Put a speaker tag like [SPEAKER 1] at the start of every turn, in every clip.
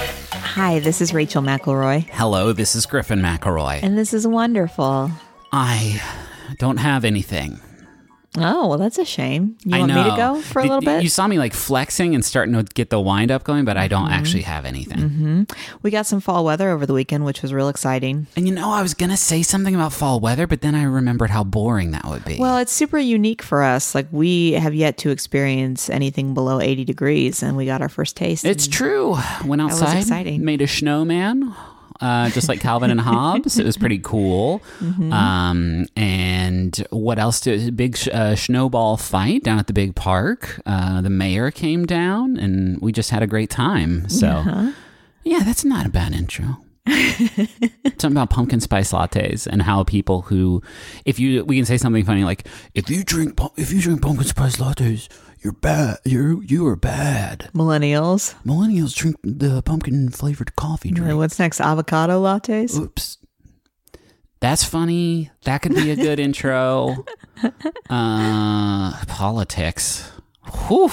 [SPEAKER 1] Hi, this is Rachel McElroy,
[SPEAKER 2] Hello, this is Griffin McElroy.
[SPEAKER 1] and this is wonderful.
[SPEAKER 2] I don't have anything.
[SPEAKER 1] Oh, well, that's a shame. You
[SPEAKER 2] I
[SPEAKER 1] want
[SPEAKER 2] know.
[SPEAKER 1] me to go for a
[SPEAKER 2] Y-
[SPEAKER 1] little bit? Mm-hmm.
[SPEAKER 2] You saw me like flexing and starting to get the wind up going, but I don't actually have anything.
[SPEAKER 1] we got some fall weather over the weekend, which was real exciting.
[SPEAKER 2] And you know, I was going to say something about fall weather, but then I remembered how boring that would be.
[SPEAKER 1] Well, it's super unique for us. Like, we have yet to experience anything below 80 degrees, and we got our first taste.
[SPEAKER 2] it's true. Went
[SPEAKER 1] was
[SPEAKER 2] outside,
[SPEAKER 1] exciting.
[SPEAKER 2] made a snowman. Uh, just like Calvin and Hobbes, it was pretty cool.
[SPEAKER 1] Mm-hmm.
[SPEAKER 2] Um, and what else? Did, big sh- uh, snowball fight down at the big park. Uh, the mayor came down, and we just had a great time. So, yeah, that's not a bad intro. something about pumpkin spice lattes and how people who, if you, we can say something funny like, if you drink, pu- if you drink pumpkin spice lattes, you're bad. You're you are bad.
[SPEAKER 1] millennials.
[SPEAKER 2] Millennials drink the pumpkin flavored coffee
[SPEAKER 1] Like,
[SPEAKER 2] drink.
[SPEAKER 1] What's next? Avocado lattes?
[SPEAKER 2] Oops. That's funny. That could be a good intro. Uh, politics. Whew.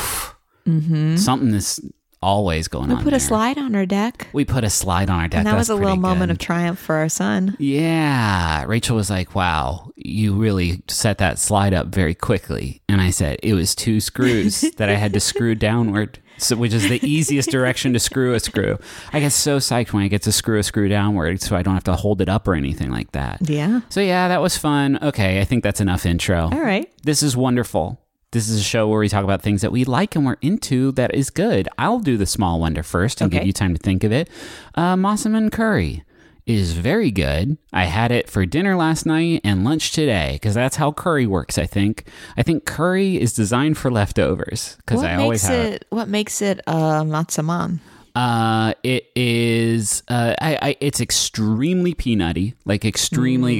[SPEAKER 2] Something is always going
[SPEAKER 1] Mm-hmm. We
[SPEAKER 2] on.
[SPEAKER 1] put a
[SPEAKER 2] there.
[SPEAKER 1] slide on our deck.
[SPEAKER 2] We put a slide on our deck.
[SPEAKER 1] And that was
[SPEAKER 2] That's
[SPEAKER 1] a little
[SPEAKER 2] pretty
[SPEAKER 1] moment of
[SPEAKER 2] good.
[SPEAKER 1] triumph for our son.
[SPEAKER 2] Yeah. Rachel was like, wow, you really set that slide up very quickly. And I said, it was two screws that I had to screw downward, so, which is the easiest direction to screw a screw. I get so psyched when I get to screw a screw downward so I don't have to hold it up or anything like that.
[SPEAKER 1] Yeah.
[SPEAKER 2] So, yeah, that was fun. Okay. I think that's enough intro.
[SPEAKER 1] All right.
[SPEAKER 2] This is wonderful. This is a show where we talk about things that we like and we're into that is good. I'll do the small wonder first and give
[SPEAKER 1] Okay.
[SPEAKER 2] you time to think of it. Uh, Mossaman curry is very good. I had it for dinner last night and lunch today because that's how curry works. I think. I think curry is designed for leftovers because
[SPEAKER 1] What
[SPEAKER 2] I always
[SPEAKER 1] makes
[SPEAKER 2] have it.
[SPEAKER 1] it, What makes it uh, matzaman?
[SPEAKER 2] Uh, it is. Uh, I, I. It's extremely peanutty. Like extremely,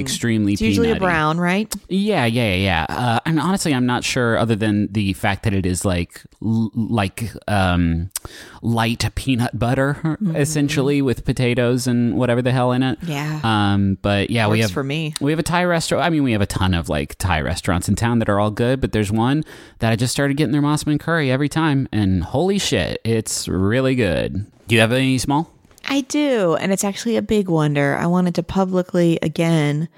[SPEAKER 1] Mm.
[SPEAKER 2] extremely.
[SPEAKER 1] It's usually a
[SPEAKER 2] peanutty.
[SPEAKER 1] brown, right?
[SPEAKER 2] Yeah, yeah, yeah. yeah. Uh, and honestly, I'm not sure, other than the fact that it is like l- like um, light peanut butter, essentially, with potatoes and whatever the hell in it.
[SPEAKER 1] Mm-hmm. Yeah.
[SPEAKER 2] Um, but yeah, we
[SPEAKER 1] Works
[SPEAKER 2] have
[SPEAKER 1] for me.
[SPEAKER 2] we have a Thai restaurant. I mean, we have a ton of like Thai restaurants in town that are all good, but there's one that I just started getting their Mossman curry every time, and holy shit, it's really good. Do you have any small?
[SPEAKER 1] I do, and it's actually a big wonder. I wanted to publicly again,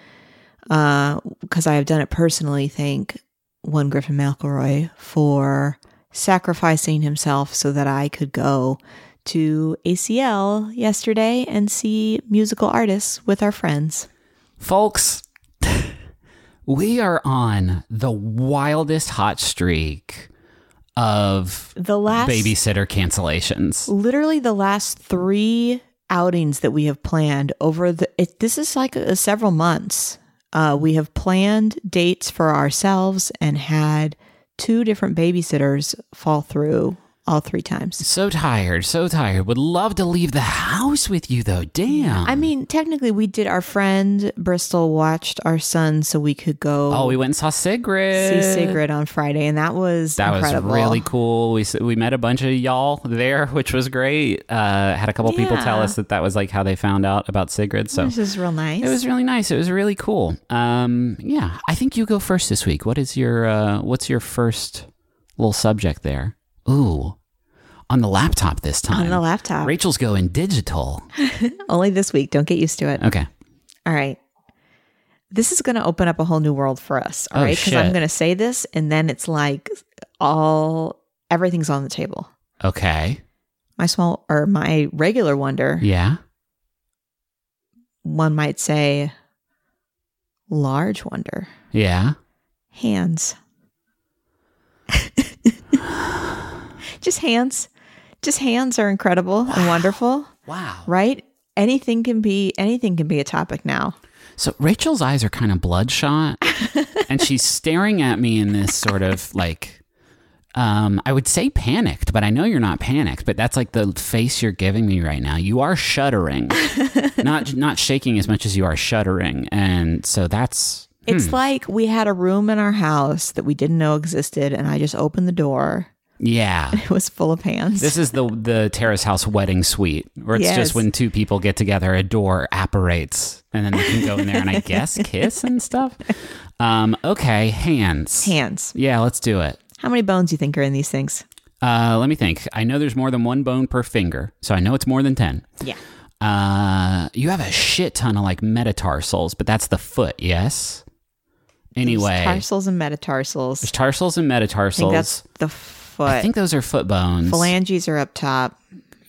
[SPEAKER 1] because I have done it personally. Thank one Griffin McElroy for sacrificing himself so that I could go to ACL yesterday and see musical artists with our friends.
[SPEAKER 2] Folks, we are on the wildest hot streak of
[SPEAKER 1] The last
[SPEAKER 2] babysitter cancellations.
[SPEAKER 1] literally the last three outings that we have planned over the it, this is like uh several months uh, we have planned dates for ourselves and had two different babysitters fall through all three times
[SPEAKER 2] So tired, so tired. Would love to leave the house with you though. Damn.
[SPEAKER 1] i mean technically we did our friend bristol watched our son so we could go
[SPEAKER 2] oh, we went and saw Sigrid.
[SPEAKER 1] see sigrid on friday and that was
[SPEAKER 2] That
[SPEAKER 1] incredible.
[SPEAKER 2] was really cool. We s- we met a bunch of y'all there, which was great. Uh, had a couple people tell
[SPEAKER 1] Yeah.
[SPEAKER 2] us that that was like how they found out about Sigrid. So
[SPEAKER 1] this is real nice
[SPEAKER 2] It was really nice. It was really cool. Um, yeah, I think you go first this week. What is your uh, what's your first little subject there? Ooh, on the laptop this time.
[SPEAKER 1] on the laptop
[SPEAKER 2] Rachel's going digital.
[SPEAKER 1] only this week don't get used to it
[SPEAKER 2] Okay.
[SPEAKER 1] All right. This is going to open up a whole new world for us. all
[SPEAKER 2] Oh,
[SPEAKER 1] right? Because I'm
[SPEAKER 2] shit.
[SPEAKER 1] going to say this and then it's like all everything's on the table.
[SPEAKER 2] Okay.
[SPEAKER 1] My small or my regular wonder,
[SPEAKER 2] Yeah.
[SPEAKER 1] one might say large wonder.
[SPEAKER 2] Yeah.
[SPEAKER 1] Hands. Just hands. Just hands are incredible and wonderful,
[SPEAKER 2] Wow.
[SPEAKER 1] right? Anything can be anything can be a topic now.
[SPEAKER 2] So Rachel's eyes are kind of bloodshot, and she's staring at me in this sort of like, um, I would say panicked, but I know you're not panicked. But that's like the face you're giving me right now. You are shuddering, not not shaking as much as you are shuddering, and so that's
[SPEAKER 1] It's like we had a room in our house that we didn't know existed, and I just opened the door.
[SPEAKER 2] yeah.
[SPEAKER 1] It was full of hands.
[SPEAKER 2] This is the the terrace house wedding suite, where it's
[SPEAKER 1] Yes.
[SPEAKER 2] just when two people get together, a door apparates, and then they can go in there and I guess kiss and stuff. Um, okay, hands.
[SPEAKER 1] hands.
[SPEAKER 2] Yeah, let's do it.
[SPEAKER 1] How many bones do you think are in these things?
[SPEAKER 2] Uh, let me think. I know there's more than one bone per finger, so I know it's more than 10.
[SPEAKER 1] Yeah.
[SPEAKER 2] Uh, you have a shit ton of like metatarsals, but that's the foot, yes? Anyway, there's
[SPEAKER 1] Tarsals and metatarsals.
[SPEAKER 2] tarsals and
[SPEAKER 1] I think
[SPEAKER 2] metatarsals.
[SPEAKER 1] that's the foot.
[SPEAKER 2] I think those are foot bones.
[SPEAKER 1] Phalanges are up top,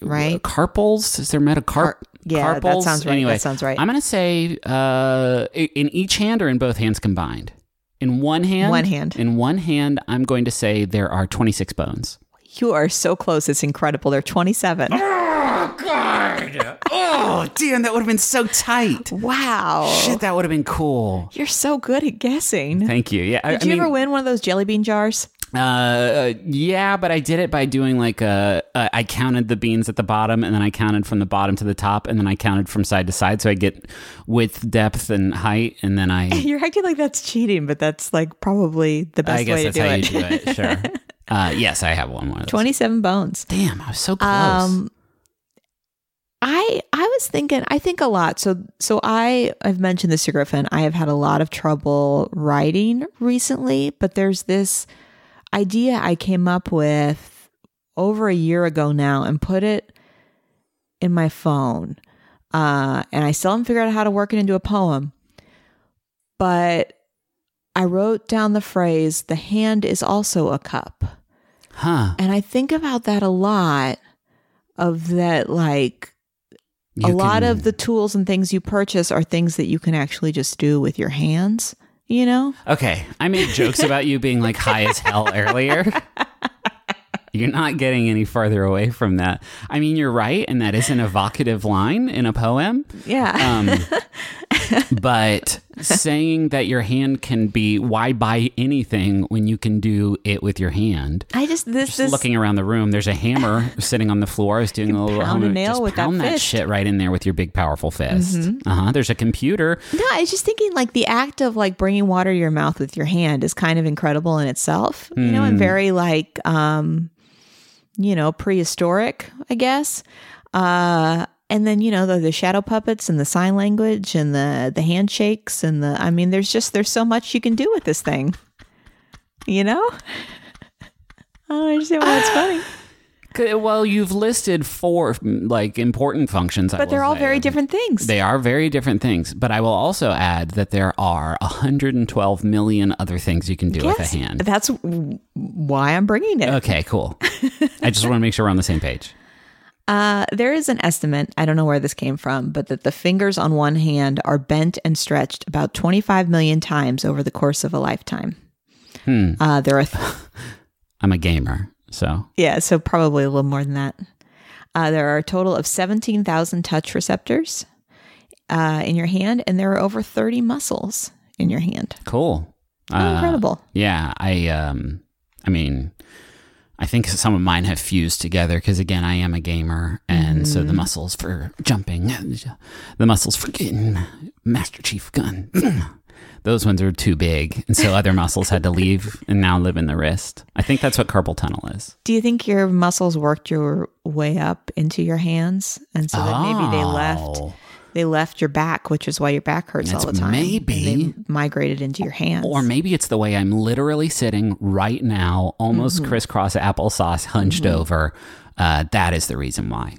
[SPEAKER 1] right?
[SPEAKER 2] Carpals? Is there metacarp?
[SPEAKER 1] Car- yeah, that
[SPEAKER 2] carpals?
[SPEAKER 1] sounds right.
[SPEAKER 2] Anyway,
[SPEAKER 1] That sounds right.
[SPEAKER 2] I'm going to say uh, i- in each hand or in both hands combined? In one hand?
[SPEAKER 1] One hand.
[SPEAKER 2] In one hand, I'm going to say there are 26 bones.
[SPEAKER 1] You are so close. It's incredible. They're 27.
[SPEAKER 2] Oh, God. oh, damn. That would have been so tight.
[SPEAKER 1] Wow.
[SPEAKER 2] Shit, that would have been cool.
[SPEAKER 1] You're so good at guessing.
[SPEAKER 2] Thank you. Yeah. I,
[SPEAKER 1] Did
[SPEAKER 2] I
[SPEAKER 1] you
[SPEAKER 2] mean,
[SPEAKER 1] ever win one of those jelly bean jars?
[SPEAKER 2] uh, uh, yeah, but I did it by doing like a, a. I counted the beans at the bottom, and then I counted from the bottom to the top, and then I counted from side to side, so I get width, depth, and height, and then I.
[SPEAKER 1] You're acting like that's cheating, but that's like probably the best
[SPEAKER 2] Hmm. I guess
[SPEAKER 1] way to
[SPEAKER 2] that's
[SPEAKER 1] do
[SPEAKER 2] how
[SPEAKER 1] it.
[SPEAKER 2] you do it. Sure. uh, yes, I have one more. Of those.
[SPEAKER 1] 27 bones.
[SPEAKER 2] Damn, I was so close.
[SPEAKER 1] Um, I I was thinking. I think a lot. So so I I've mentioned this to Griffin. I have had a lot of trouble writing recently, but there's this idea I came up with over a year ago now, and put it in my phone. Uh, and I still haven't figured out how to work it into a poem. But I wrote down the phrase, the hand is also a cup.
[SPEAKER 2] huh?
[SPEAKER 1] And I think about that a lot of that, like a
[SPEAKER 2] You
[SPEAKER 1] lot
[SPEAKER 2] can-
[SPEAKER 1] of the tools and things you purchase are things that you can actually just do with your hands, you know?
[SPEAKER 2] Okay, I made jokes about you being like high as hell earlier. You're not getting any farther away from that. I mean, you're right, and that is an evocative line in a poem.
[SPEAKER 1] Yeah.
[SPEAKER 2] Um, but saying that your hand can be why buy anything when you can do it with your hand.
[SPEAKER 1] I just, this,
[SPEAKER 2] Just
[SPEAKER 1] this,
[SPEAKER 2] looking around the room, there's a hammer sitting on the floor. I was doing a little
[SPEAKER 1] pound a
[SPEAKER 2] home-
[SPEAKER 1] nail
[SPEAKER 2] just
[SPEAKER 1] with that
[SPEAKER 2] pound that,
[SPEAKER 1] fist. Mm-hmm.
[SPEAKER 2] shit right in there with your big powerful fist. Uh huh. There's a computer.
[SPEAKER 1] no, I was just thinking like the act of like bringing water to your mouth with your hand is kind of incredible in itself, you know,
[SPEAKER 2] Hmm.
[SPEAKER 1] and very like, um, you know, prehistoric, I guess. Uh, and then you know the, the shadow puppets and the sign language and the the handshakes and the I mean there's just there's so much you can do with this thing, you know. Oh, I don't understand why it's funny,
[SPEAKER 2] C- Well, you've listed four mm, like important functions, I
[SPEAKER 1] but they're
[SPEAKER 2] will
[SPEAKER 1] all
[SPEAKER 2] say.
[SPEAKER 1] very different things.
[SPEAKER 2] They are very different things, but I will also add that there are 112 million other things you can do with
[SPEAKER 1] Yes,
[SPEAKER 2] a hand.
[SPEAKER 1] That's w- why I'm bringing it.
[SPEAKER 2] Okay, cool. I just want to make sure we're on the same page.
[SPEAKER 1] Uh, there is an estimate, I don't know where this came from, but that the fingers on one hand are bent and stretched about 25 million times over the course of a lifetime. Uh, there are, th-
[SPEAKER 2] I'm a gamer, so
[SPEAKER 1] yeah, so probably a little more than that. Uh, there are a total of 17,000 touch receptors uh, in your hand, and there are over 30 muscles in your hand.
[SPEAKER 2] cool.
[SPEAKER 1] How
[SPEAKER 2] Uh,
[SPEAKER 1] incredible.
[SPEAKER 2] yeah, I um I mean I think some of mine have fused together because again I am a gamer and so
[SPEAKER 1] Mm-hmm.
[SPEAKER 2] the muscles for jumping the muscles for getting Master Chief gun those ones are too big and so other muscles had to leave and now live in the wrist. I think that's what carpal tunnel is.
[SPEAKER 1] Do you think your muscles worked your way up into your hands? And so that maybe they left
[SPEAKER 2] Oh.
[SPEAKER 1] they left your back, which is why your back hurts all
[SPEAKER 2] That's
[SPEAKER 1] the time. and
[SPEAKER 2] maybe.
[SPEAKER 1] they migrated into your hands.
[SPEAKER 2] Or maybe it's the way I'm literally sitting right now, almost
[SPEAKER 1] Mm-hmm.
[SPEAKER 2] crisscross applesauce, hunched over. Uh, that is the reason why.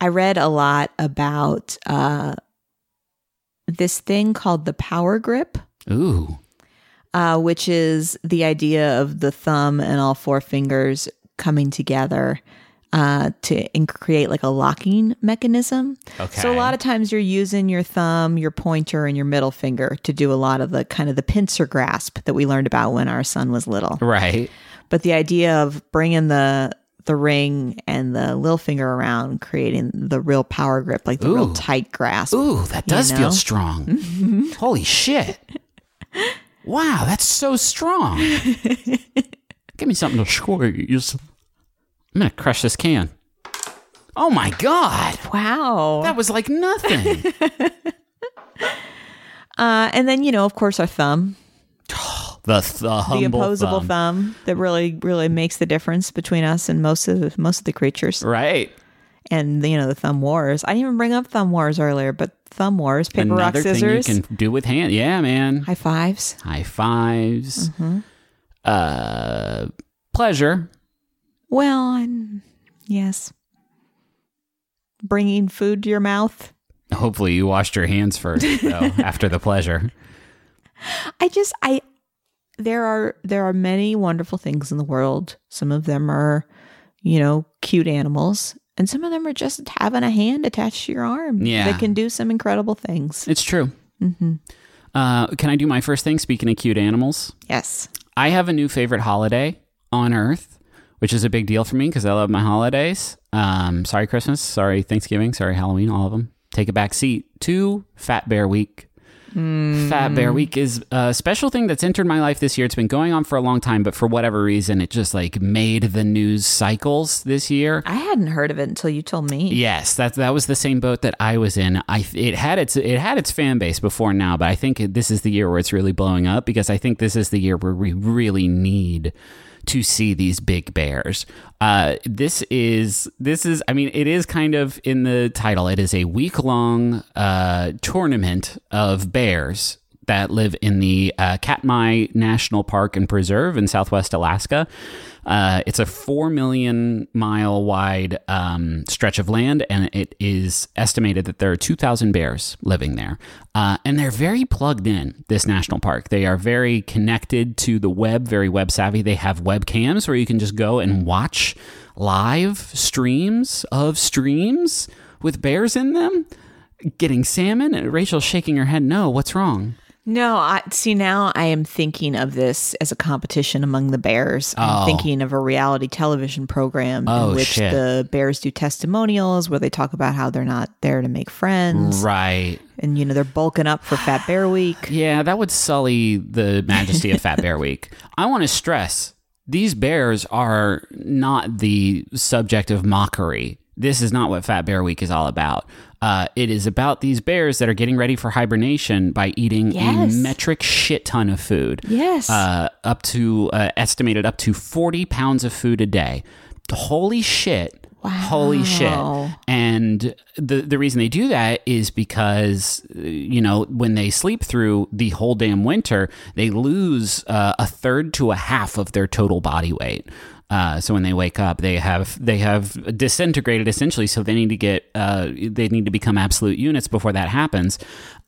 [SPEAKER 1] I read a lot about uh, this thing called the power grip,
[SPEAKER 2] Ooh.
[SPEAKER 1] uh, which is the idea of the thumb and all four fingers coming together uh, to in- create like a locking mechanism.
[SPEAKER 2] Okay.
[SPEAKER 1] So a lot of times you're using your thumb, your pointer, and your middle finger to do a lot of the kind of the pincer grasp that we learned about when our son was little.
[SPEAKER 2] Right.
[SPEAKER 1] But the idea of bringing the the ring and the little finger around, creating the real power grip, like the real
[SPEAKER 2] Ooh.
[SPEAKER 1] tight grasp.
[SPEAKER 2] Ooh, that does
[SPEAKER 1] know? Mm-hmm.
[SPEAKER 2] feel strong. Holy shit. Wow, that's so strong. Give me something to squeeze. I'm going to crush this can. Oh my God.
[SPEAKER 1] Wow.
[SPEAKER 2] That was like nothing.
[SPEAKER 1] Uh, and then you know, of course, our thumb,
[SPEAKER 2] the, th- the
[SPEAKER 1] the
[SPEAKER 2] humble
[SPEAKER 1] opposable
[SPEAKER 2] thumb.
[SPEAKER 1] thumb. that really, really makes the difference between us and most of most of the creatures.
[SPEAKER 2] Right.
[SPEAKER 1] And you know, the thumb wars. I didn't even bring up thumb wars earlier, but thumb wars, paper rock
[SPEAKER 2] Another
[SPEAKER 1] scissors,
[SPEAKER 2] thing you can do with hand. Yeah, man.
[SPEAKER 1] high fives. Mm-hmm.
[SPEAKER 2] high fives, uh, pleasure.
[SPEAKER 1] Well, and yes. Bringing food to your mouth.
[SPEAKER 2] Hopefully, you washed your hands first, though, after the pleasure.
[SPEAKER 1] I just I there are there are many wonderful things in the world. Some of them are, you know, cute animals, and some of them are just having a hand attached to your arm.
[SPEAKER 2] Yeah.
[SPEAKER 1] that can do some incredible things.
[SPEAKER 2] It's true.
[SPEAKER 1] hmm
[SPEAKER 2] Uh, can I do my first thing? Speaking of cute animals,
[SPEAKER 1] Yes.
[SPEAKER 2] I have a new favorite holiday on Earth, which is a big deal for me because I love my holidays. Um, sorry, Christmas. Sorry, Thanksgiving. Sorry, Halloween. All of them. Take a back seat to Fat Bear Week. Fat Bear Week is a special thing that's entered my life this year. It's been going on for a long time, but for whatever reason, it just like made the news cycles this year.
[SPEAKER 1] I hadn't heard of it until you told me.
[SPEAKER 2] Yes, that that was the same boat that I was in. I it had its it had its fan base before now, but I think this is the year where it's really blowing up because I think this is the year where we really need to see these big bears. Uh, this is this is I mean it is kind of in the title. It is a week long uh, tournament of bears that live in the uh, Katmai National Park and Preserve in Southwest Alaska. Uh, it's a four million mile wide um, stretch of land, and it is estimated that there are two thousand bears living there. Uh, and they're very plugged in this national park. They are very connected to the web, very web savvy. They have webcams where you can just go and watch live streams of streams with bears in them. Getting salmon and Rachel shaking her head. No, what's wrong?
[SPEAKER 1] No, I see now I am thinking of this as a competition among the bears. I'm
[SPEAKER 2] Oh.
[SPEAKER 1] thinking of a reality television program
[SPEAKER 2] Oh,
[SPEAKER 1] in which
[SPEAKER 2] shit.
[SPEAKER 1] the bears do testimonials where they talk about how they're not there to make friends
[SPEAKER 2] Right.
[SPEAKER 1] and you know they're bulking up for Fat Bear Week.
[SPEAKER 2] Yeah, that would sully the majesty of Fat Bear Week. I want to stress these bears are not the subject of mockery. This is not what Fat Bear Week is all about. Uh, it is about these bears that are getting ready for hibernation by eating
[SPEAKER 1] Yes.
[SPEAKER 2] a metric shit ton of food.
[SPEAKER 1] Yes.
[SPEAKER 2] Uh, up to uh, estimated up to 40 pounds of food a day. Holy shit.
[SPEAKER 1] Wow.
[SPEAKER 2] Holy shit. And the the reason they do that is because uh, you know when they sleep through the whole damn winter, they lose uh, a third to a half of their total body weight. Uh, so when they wake up, they have they have disintegrated essentially. So they need to get uh, they need to become absolute units before that happens.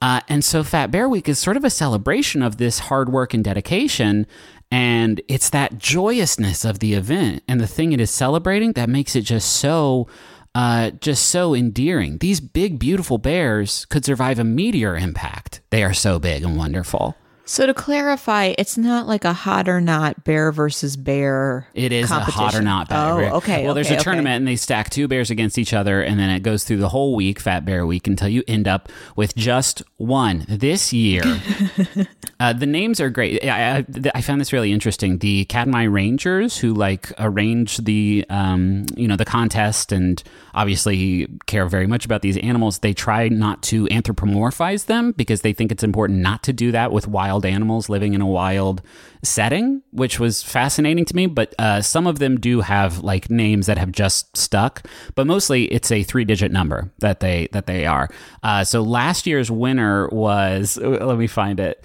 [SPEAKER 2] Uh, and so Fat Bear Week is sort of a celebration of this hard work and dedication. And it's that joyousness of the event and the thing it is celebrating that makes it just so uh, just so endearing. These big, beautiful bears could survive a meteor impact. They are so big and wonderful.
[SPEAKER 1] So to clarify, it's not like a hot or not bear versus bear.
[SPEAKER 2] It is a hot or
[SPEAKER 1] competition.
[SPEAKER 2] not bear.
[SPEAKER 1] Oh, okay.
[SPEAKER 2] Well, there's
[SPEAKER 1] okay,
[SPEAKER 2] a
[SPEAKER 1] okay.
[SPEAKER 2] tournament and they stack two bears against each other, and then it goes through the whole week, Fat Bear Week, until you end up with just one. This year, uh, the names are great. I, I, th- I found this really interesting. The Katmai Rangers, who like arrange the um, you know the contest and obviously care very much about these animals, they try not to anthropomorphize them because they think it's important not to do that with wild animals living in a wild setting, which was fascinating to me. But uh, some of them do have like names that have just stuck, but mostly it's a three-digit number that they that they are. Uh, so last year's winner was let me find it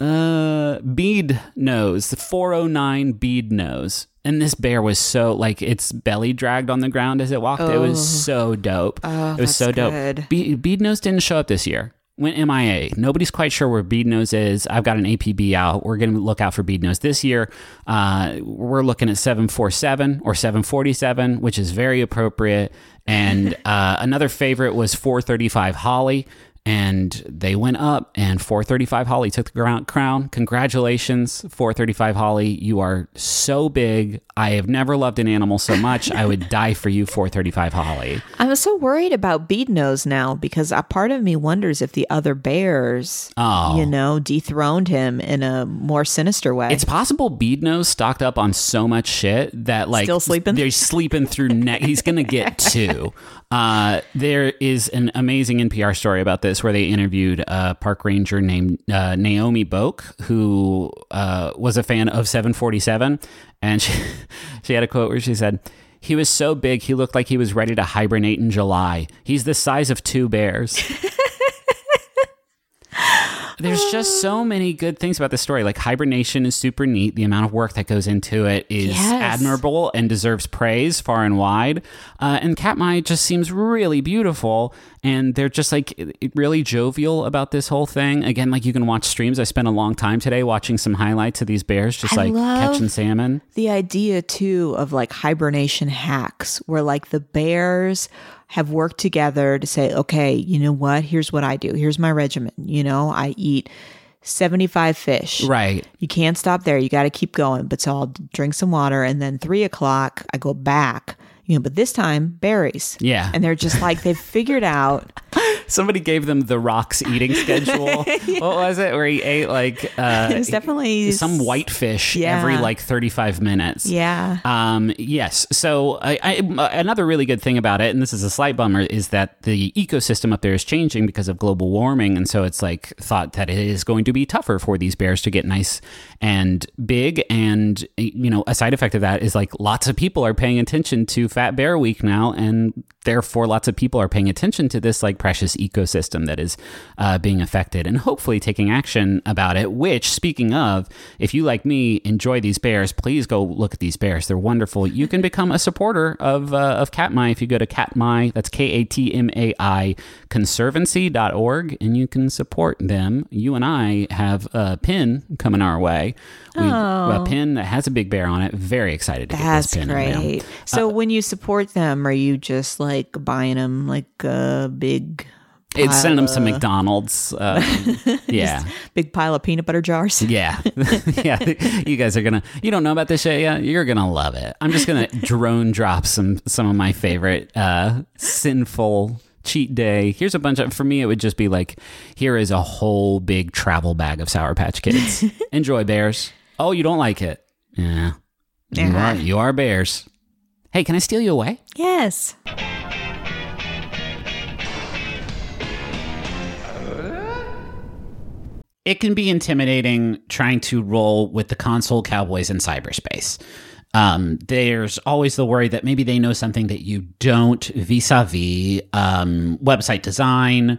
[SPEAKER 2] uh bead nose the 409 bead nose and this bear was so like its belly dragged on the ground as it walked it was so dope
[SPEAKER 1] Oh,
[SPEAKER 2] it was so
[SPEAKER 1] that's
[SPEAKER 2] dope
[SPEAKER 1] good.
[SPEAKER 2] Be- bead nose didn't show up this year went mia nobody's quite sure where bead nose is i've got an apb out we're gonna look out for bead nose this year uh we're looking at 747 or 747 which is very appropriate and uh another favorite was 435 holly and they went up and 435 holly took the ground crown congratulations 435 holly you are so big i have never loved an animal so much i would die for you 435 holly
[SPEAKER 1] I'm so worried about bead nose now because a part of me wonders if the other bears,
[SPEAKER 2] Oh.
[SPEAKER 1] you know, dethroned him in a more sinister way.
[SPEAKER 2] It's possible Bead Nose stocked up on so much shit that like
[SPEAKER 1] Still sleeping?
[SPEAKER 2] They're sleeping through neck. He's gonna get two. Uh, there is an amazing NPR story about this where they interviewed a park ranger named uh, Naomi Boak who uh, was a fan of 747, and she she had a quote where she said. He was so big, he looked like he was ready to hibernate in July. He's the size of two bears. there's just
[SPEAKER 1] Um.
[SPEAKER 2] so many good things about this story. Like hibernation is super neat. The amount of work that goes into it is
[SPEAKER 1] Yes.
[SPEAKER 2] admirable and deserves praise far and wide. Uh, and Katmai just seems really beautiful. And they're just like really jovial about this whole thing. Again, like you can watch streams. I spent a long time today watching some highlights of these bears just
[SPEAKER 1] I
[SPEAKER 2] like
[SPEAKER 1] love-
[SPEAKER 2] catching salmon.
[SPEAKER 1] the idea too of like hibernation hacks where like the bears have worked together to say okay you know what here's what i do here's my regimen you know i eat 75 fish
[SPEAKER 2] Right.
[SPEAKER 1] you can't stop there you got to keep going but so i'll drink some water and then three o'clock i go back you know but this time berries
[SPEAKER 2] Yeah.
[SPEAKER 1] and they're just like they've figured out
[SPEAKER 2] Somebody gave them the rocks eating schedule. What was it? Where he ate like uh,
[SPEAKER 1] it was definitely
[SPEAKER 2] some whitefish
[SPEAKER 1] Yeah.
[SPEAKER 2] every like 35 minutes.
[SPEAKER 1] yeah
[SPEAKER 2] Um, yes. So I, I, another really good thing about it, and this is a slight bummer, is that the ecosystem up there is changing because of global warming, and so it's like thought that it is going to be tougher for these bears to get nice and big. And you know, a side effect of that is like lots of people are paying attention to Fat Bear Week now, and therefore lots of people are paying attention to this like precious ecosystem that is uh, being affected and hopefully taking action about it which speaking of if you like me enjoy these bears please go look at these bears they're wonderful you can become a supporter of uh, of katmai if you go to katmai that's k-a-t-m-a-i conservancy.org and you can support them you and i have a pin coming our way we, a pin that has a big bear on it very excited to
[SPEAKER 1] Oh. That's
[SPEAKER 2] get this Uh, pin in the mail.
[SPEAKER 1] great. So when you support them, are you just like buying them like a big,
[SPEAKER 2] It's sending them to McDonald's. Um, yeah,
[SPEAKER 1] big pile of peanut butter jars?
[SPEAKER 2] yeah, yeah. You guys are gonna. You don't know about this yet. Yeah, you're gonna love it. I'm just gonna drone drop some some of my favorite uh, sinful cheat day. Here's a bunch of. For me, it would just be like, here is a whole big travel bag of Sour Patch Kids. Enjoy bears. Oh, you don't like it? Yeah. You
[SPEAKER 1] Yeah.
[SPEAKER 2] are, you are bears. Hey, can I steal you away?
[SPEAKER 1] Yes.
[SPEAKER 2] it can be intimidating trying to roll with the console cowboys in cyberspace. Um, there's always the worry that maybe they know something that you don't vis-a-vis um, website design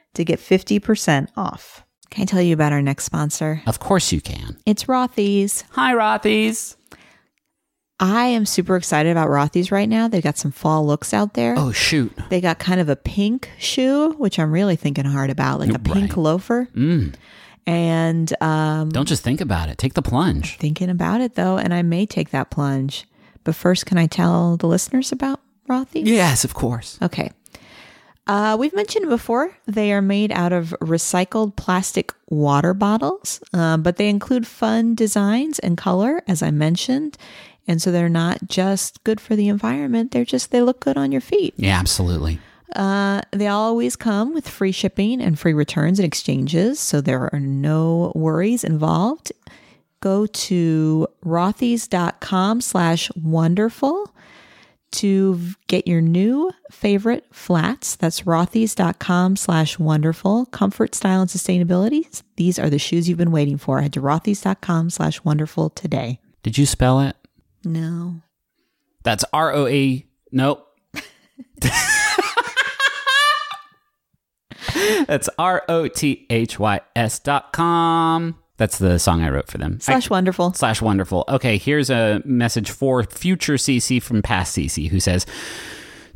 [SPEAKER 1] to get 50% off. Can I tell you about our next sponsor?
[SPEAKER 2] Of course you can.
[SPEAKER 1] It's Rothy's.
[SPEAKER 2] Hi Rothies.
[SPEAKER 1] I am super excited about Rothy's right now. They've got some fall looks out there.
[SPEAKER 2] Oh shoot!
[SPEAKER 1] They got kind of a pink shoe, which I'm really thinking hard about, like a pink
[SPEAKER 2] Right.
[SPEAKER 1] loafer.
[SPEAKER 2] Mm.
[SPEAKER 1] And um,
[SPEAKER 2] Don't just think about it. Take the plunge.
[SPEAKER 1] thinking about it though, and I may take that plunge. But first, can I tell the listeners about Rothy's?
[SPEAKER 2] Yes, of course.
[SPEAKER 1] Okay. Uh, we've mentioned before they are made out of recycled plastic water bottles, um, but they include fun designs and color, as I mentioned. And so they're not just good for the environment, they're just, they look good on your feet.
[SPEAKER 2] Yeah, absolutely.
[SPEAKER 1] Uh, they always come with free shipping and free returns and exchanges, so there are no worries involved. Go to rothys.com slash wonderful to v- get your new favorite flats. That's rothys.com slash wonderful. Comfort, style, and sustainability. These are the shoes you've been waiting for. Head to rothys.com slash wonderful today.
[SPEAKER 2] Did you spell it?
[SPEAKER 1] No.
[SPEAKER 2] That's R O A. Nope. That's R O T H Y S dot com. That's the song I wrote for them. I-
[SPEAKER 1] Slash wonderful.
[SPEAKER 2] slash wonderful. Okay, here's a message for future CC from past CC who says,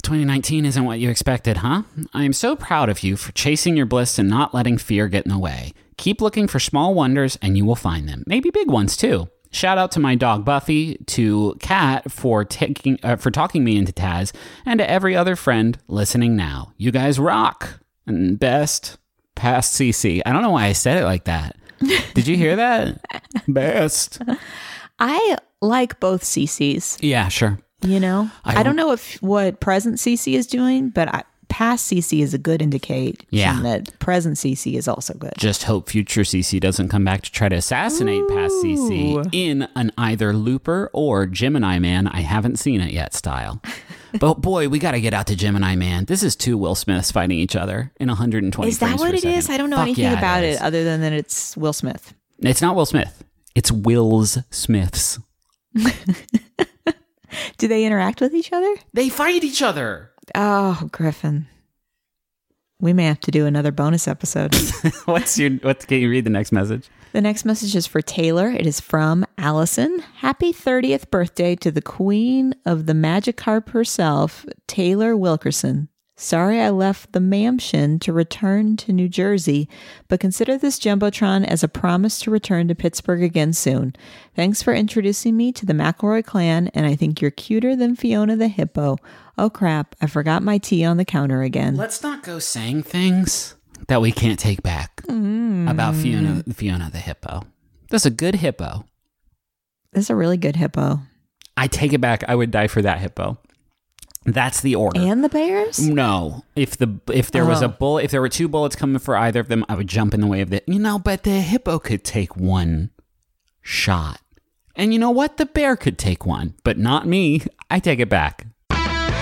[SPEAKER 2] 2019 isn't what you expected, huh? I am so proud of you for chasing your bliss and not letting fear get in the way. Keep looking for small wonders and you will find them. Maybe big ones too. Shout out to my dog Buffy, to Kat for taking uh, for talking me into Taz, and to every other friend listening now. You guys rock. And best past CC. I don't know why I said it like that. Did you hear that? Best.
[SPEAKER 1] I like both CCs.
[SPEAKER 2] Yeah, sure.
[SPEAKER 1] You know, I don't,
[SPEAKER 2] I don't-
[SPEAKER 1] know if what present CC is doing, but I, past CC is a good indication
[SPEAKER 2] Yeah.
[SPEAKER 1] that present CC is also good.
[SPEAKER 2] Just hope future CC doesn't come back to try to assassinate past CC in an either Looper or Gemini Man. I haven't seen it yet style. but boy, we got to get out to Gemini Man. This is two Will Smiths fighting each other in 120.
[SPEAKER 1] Is that
[SPEAKER 2] frames
[SPEAKER 1] what
[SPEAKER 2] per
[SPEAKER 1] it is?
[SPEAKER 2] second.
[SPEAKER 1] I don't know
[SPEAKER 2] Fuck
[SPEAKER 1] anything
[SPEAKER 2] yeah,
[SPEAKER 1] about
[SPEAKER 2] is.
[SPEAKER 1] it other than that it's Will Smith.
[SPEAKER 2] It's not Will Smith. It's Will's Smiths.
[SPEAKER 1] Do they interact with each other?
[SPEAKER 2] They fight each other.
[SPEAKER 1] Oh, Griffin. We may have to do another bonus episode.
[SPEAKER 2] What's your? What can you read the next message?
[SPEAKER 1] The next message is for Taylor. It is from Allison. Happy 30th birthday to the queen of the Magikarp herself, Taylor Wilkerson. Sorry I left the mansion to return to New Jersey, but consider this Jumbotron as a promise to return to Pittsburgh again soon. Thanks for introducing me to the McElroy clan, and I think you're cuter than Fiona the Hippo. Oh crap, I forgot my tea on the counter again.
[SPEAKER 2] Let's not go saying things that we can't take back about Fiona, Fiona the hippo. That's a good hippo.
[SPEAKER 1] This is a really good hippo.
[SPEAKER 2] I take it back. I would die for that hippo. That's the order.
[SPEAKER 1] And the
[SPEAKER 2] Mm.
[SPEAKER 1] bears?
[SPEAKER 2] no, if the if there was a
[SPEAKER 1] Oh.
[SPEAKER 2] bullet, if there were two bullets coming for either of them, I would jump in the way of the. You know, but the hippo could take one shot, and you know what? The bear could take one, but not me. I take it back.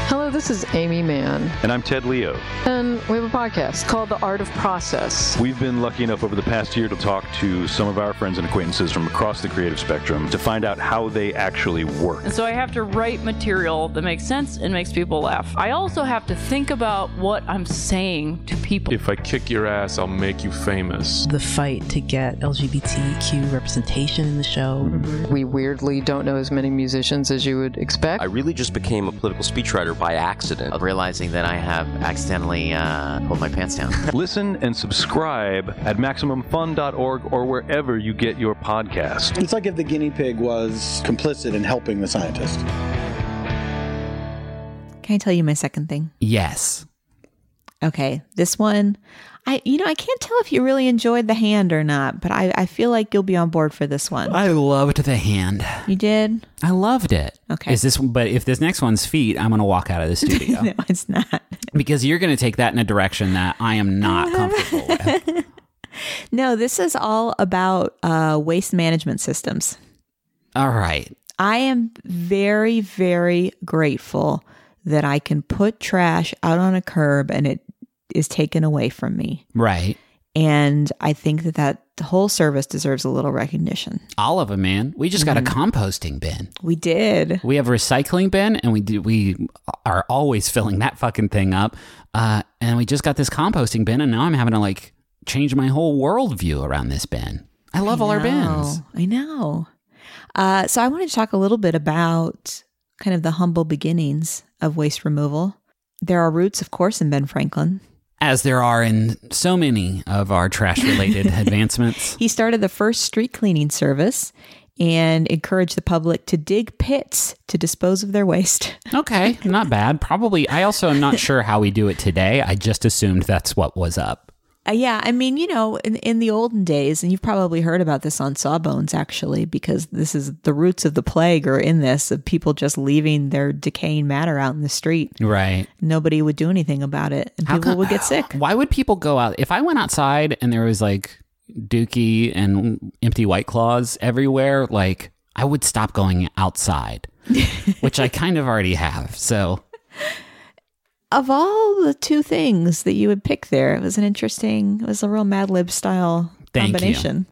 [SPEAKER 3] Hello, this is Amy Mann,
[SPEAKER 4] And I'm Ted Leo.
[SPEAKER 3] and we have a podcast called The Art of Process.
[SPEAKER 4] We've been lucky enough over the past year to talk to some of our friends and acquaintances from across the creative spectrum to find out how they actually work.
[SPEAKER 5] And so I have to write material that makes sense and makes people laugh. I also have to think about what I'm saying to people.
[SPEAKER 6] If I kick your ass, I'll make you famous.
[SPEAKER 7] the fight to get LGBTQ representation in the show.
[SPEAKER 3] We weirdly don't know as many musicians as you would expect.
[SPEAKER 8] I really just became a political speechwriter by accident, realizing that I have accidentally uh, pulled my pants down.
[SPEAKER 4] Listen and subscribe at MaximumFun.org or wherever you get your podcast.
[SPEAKER 9] It's like if the guinea pig was complicit in helping the scientist.
[SPEAKER 1] Can I tell you my second thing?
[SPEAKER 2] Yes,
[SPEAKER 1] Okay, this one, I you know I can't tell if you really enjoyed the hand or not, but I I feel like you'll be on board for this one.
[SPEAKER 2] I loved the hand.
[SPEAKER 1] You did?
[SPEAKER 2] I loved it.
[SPEAKER 1] Okay.
[SPEAKER 2] Is this? But if this next one's feet, I'm gonna walk out of the studio
[SPEAKER 1] No, it's not.
[SPEAKER 2] because you're gonna take that in a direction that I am not comfortable with.
[SPEAKER 1] No, this is all about uh, waste management systems.
[SPEAKER 2] All right.
[SPEAKER 1] I am very very grateful that I can put trash out on a curb and it is taken away from me.
[SPEAKER 2] Right.
[SPEAKER 1] And I think that that whole service deserves a little recognition.
[SPEAKER 2] All of them, man. We just got a composting bin.
[SPEAKER 1] We did.
[SPEAKER 2] We have a recycling bin, and we do, we are always filling that fucking thing up. Uh, and we just got this composting bin, and now I'm having to like change my whole worldview around this bin. I love all our
[SPEAKER 1] know.
[SPEAKER 2] bins.
[SPEAKER 1] I know. Uh, so I wanted to talk a little bit about kind of the humble beginnings of waste removal. There are roots, of course, in Ben Franklin.
[SPEAKER 2] As there are in so many of our trash related advancements.
[SPEAKER 1] He started the first street cleaning service and encouraged the public to dig pits to dispose of their waste.
[SPEAKER 2] Okay, not bad. Probably. I also am not sure how we do it today. I just assumed that's what was up.
[SPEAKER 1] Uh, yeah, I mean, you know, in, in the olden days, and you've probably heard about this on Sawbones actually, because this is the roots of the plague are in this of people just leaving their decaying matter out in the street.
[SPEAKER 2] Right.
[SPEAKER 1] Nobody would do anything about it, and
[SPEAKER 2] How
[SPEAKER 1] people
[SPEAKER 2] come-
[SPEAKER 1] would get sick.
[SPEAKER 2] Why would people go out? If I went outside and there was like dookie and empty white claws everywhere, like I would stop going outside, which I kind of already have. So
[SPEAKER 1] Of all the two things that you would pick there, it was an interesting, it was a real Mad Lib style
[SPEAKER 2] Thank you.
[SPEAKER 1] combination.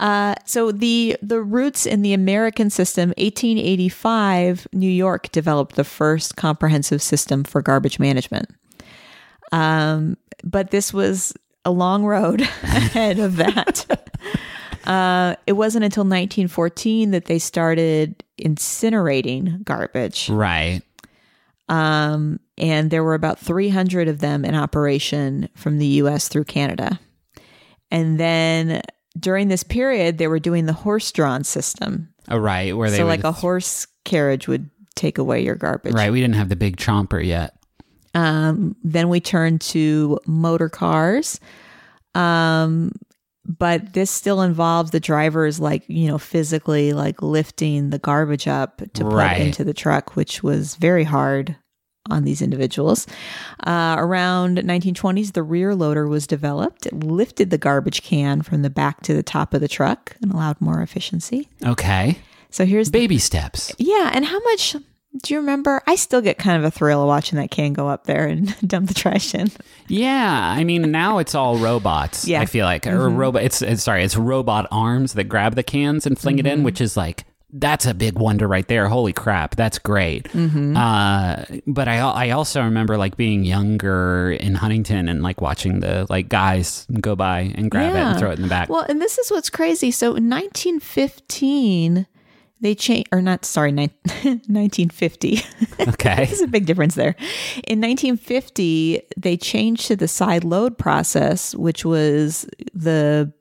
[SPEAKER 1] Uh, so the the roots in the American system, 1885, New York developed the first comprehensive system for garbage management. Um, but this was a long road ahead of that. uh, it wasn't until 1914 that they started incinerating garbage.
[SPEAKER 2] right.
[SPEAKER 1] Um, and there were about 300 of them in operation from the US through Canada. And then during this period, they were doing the horse drawn system.
[SPEAKER 2] Oh, right. Where they
[SPEAKER 1] So,
[SPEAKER 2] would-
[SPEAKER 1] like a horse carriage would take away your garbage.
[SPEAKER 2] Right. We didn't have the big chomper yet.
[SPEAKER 1] Um, then we turned to motor cars. Um, but this still involves the drivers, like, you know, physically like lifting the garbage up to put
[SPEAKER 2] Right.
[SPEAKER 1] into the truck, which was very hard on these individuals. Uh, around 1920s, the rear loader was developed. It lifted the garbage can from the back to the top of the truck and allowed more efficiency.
[SPEAKER 2] Okay.
[SPEAKER 1] So here's the
[SPEAKER 2] Baby steps.
[SPEAKER 1] yeah, and how much do you remember? I still get kind of a thrill watching that can go up there and dump the trash in.
[SPEAKER 2] Yeah, I mean now it's all robots.
[SPEAKER 1] Yeah. Mm-hmm.
[SPEAKER 2] I feel like or robot. It's, it's sorry, it's robot arms that grab the cans and fling
[SPEAKER 1] Mm-hmm.
[SPEAKER 2] it in, which is like that's a big wonder right there. Holy crap, that's great.
[SPEAKER 1] Mm-hmm.
[SPEAKER 2] Uh, but I al- I also remember like being younger in Huntington and like watching the like guys go by and grab it and
[SPEAKER 1] Yeah.
[SPEAKER 2] throw it in the back.
[SPEAKER 1] Well, and this is what's crazy. So in 1915, they changed, or not, sorry, nine- 1950.
[SPEAKER 2] okay,
[SPEAKER 1] There's a big difference there. In 1950, they changed to the side load process, which was the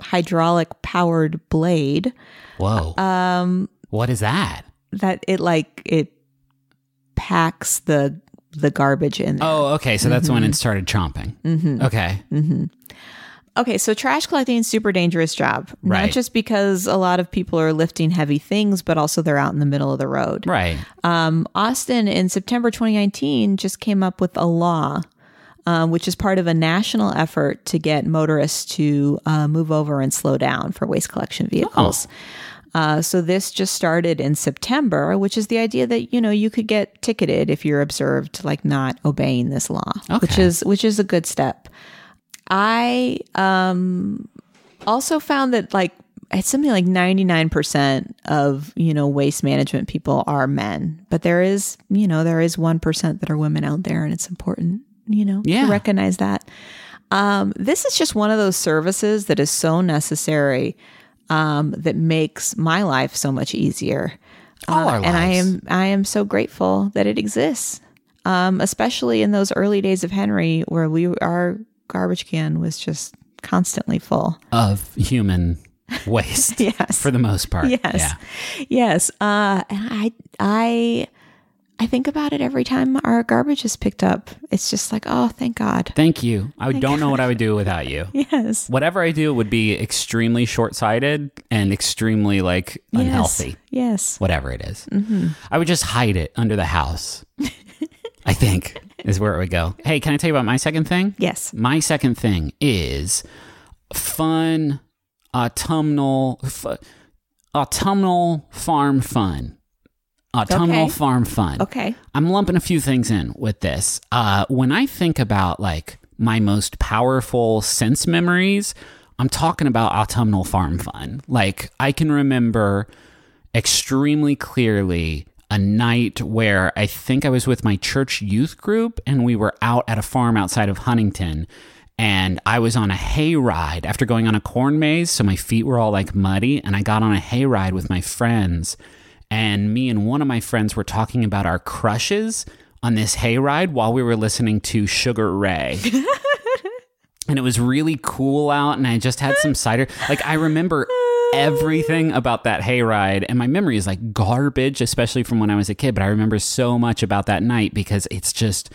[SPEAKER 1] hydraulic powered blade.
[SPEAKER 2] whoa,
[SPEAKER 1] Um,
[SPEAKER 2] what is that?
[SPEAKER 1] that it like it packs the the garbage in there.
[SPEAKER 2] Oh, okay, so that's when it started chomping. Mm-hmm. Okay,
[SPEAKER 1] Okay, so trash collecting is a super dangerous job. Not
[SPEAKER 2] Right.
[SPEAKER 1] just because a lot of people are lifting heavy things, but also they're out in the middle of the road.
[SPEAKER 2] right.
[SPEAKER 1] Um, Austin in September 2019 just came up with a law, um, which is part of a national effort to get motorists to uh, move over and slow down for waste
[SPEAKER 2] Oh.
[SPEAKER 1] collection vehicles. Uh, so this just started in September, which is the idea that you know you could get ticketed if you're observed like not obeying this law, which
[SPEAKER 2] Okay.
[SPEAKER 1] is which is a good step. I um also found that like it's something like 99% of, you know, waste management people are men, but there is, you know, there is 1% that are women out there and it's important, you know,
[SPEAKER 2] Yeah.
[SPEAKER 1] to recognize that. Um this is just one of those services that is so necessary um that makes my life so much easier. Uh,
[SPEAKER 2] All our
[SPEAKER 1] And I
[SPEAKER 2] lives.
[SPEAKER 1] am I am so grateful that it exists um, especially in those early days of Henry, where we our garbage can was just constantly full.
[SPEAKER 2] Of human waste,
[SPEAKER 1] Yes.
[SPEAKER 2] for the most part.
[SPEAKER 1] Yes.
[SPEAKER 2] Yeah.
[SPEAKER 1] Yes, uh, and I I I think about it every time our garbage is picked up. It's just like, oh, thank God.
[SPEAKER 2] Thank you. I don't know what I would do without you.
[SPEAKER 1] Yes.
[SPEAKER 2] Whatever I do would be extremely short sighted and extremely like unhealthy,
[SPEAKER 1] Yes.
[SPEAKER 2] whatever it is.
[SPEAKER 1] Mm-hmm.
[SPEAKER 2] I would just hide it under the house, I think, is where it would go. Hey, can I tell you about my second thing?
[SPEAKER 1] Yes.
[SPEAKER 2] My second thing is fun autumnal f- autumnal farm fun. Autumnal
[SPEAKER 1] Okay.
[SPEAKER 2] farm fun.
[SPEAKER 1] Okay.
[SPEAKER 2] I'm lumping a few things in with this. Uh, when I think about like my most powerful sense memories, I'm talking about autumnal farm fun. Like I can remember extremely clearly a night where I think I was with my church youth group and we were out at a farm outside of Huntington and I was on a hayride after going on a corn maze, so my feet were all like muddy, and I got on a hayride with my friends, and me and one of my friends were talking about our crushes on this hayride while we were listening to Sugar Ray. and it was really cool out, and I just had some cider. Like I remember everything about that hayride, and my memory is like garbage, especially from when I was a kid. But I remember so much about that night because it's just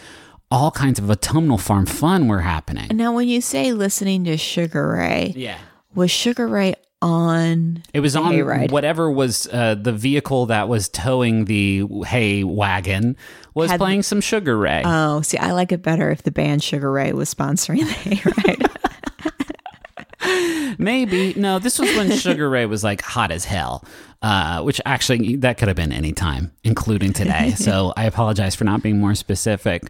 [SPEAKER 2] all kinds of autumnal farm fun were happening.
[SPEAKER 1] Now, when you say listening to Sugar Ray,
[SPEAKER 2] Yeah.
[SPEAKER 1] was Sugar Ray on?
[SPEAKER 2] It was on
[SPEAKER 1] hayride.
[SPEAKER 2] whatever was uh, the vehicle that was towing the hay wagon was
[SPEAKER 1] Had-
[SPEAKER 2] playing some Sugar Ray.
[SPEAKER 1] Oh, see, I like it better if the band Sugar Ray was sponsoring the hayride.
[SPEAKER 2] Maybe no, this was when Sugar Ray was like hot as hell, uh, which actually that could have been any time, including today. so I apologize for not being more specific.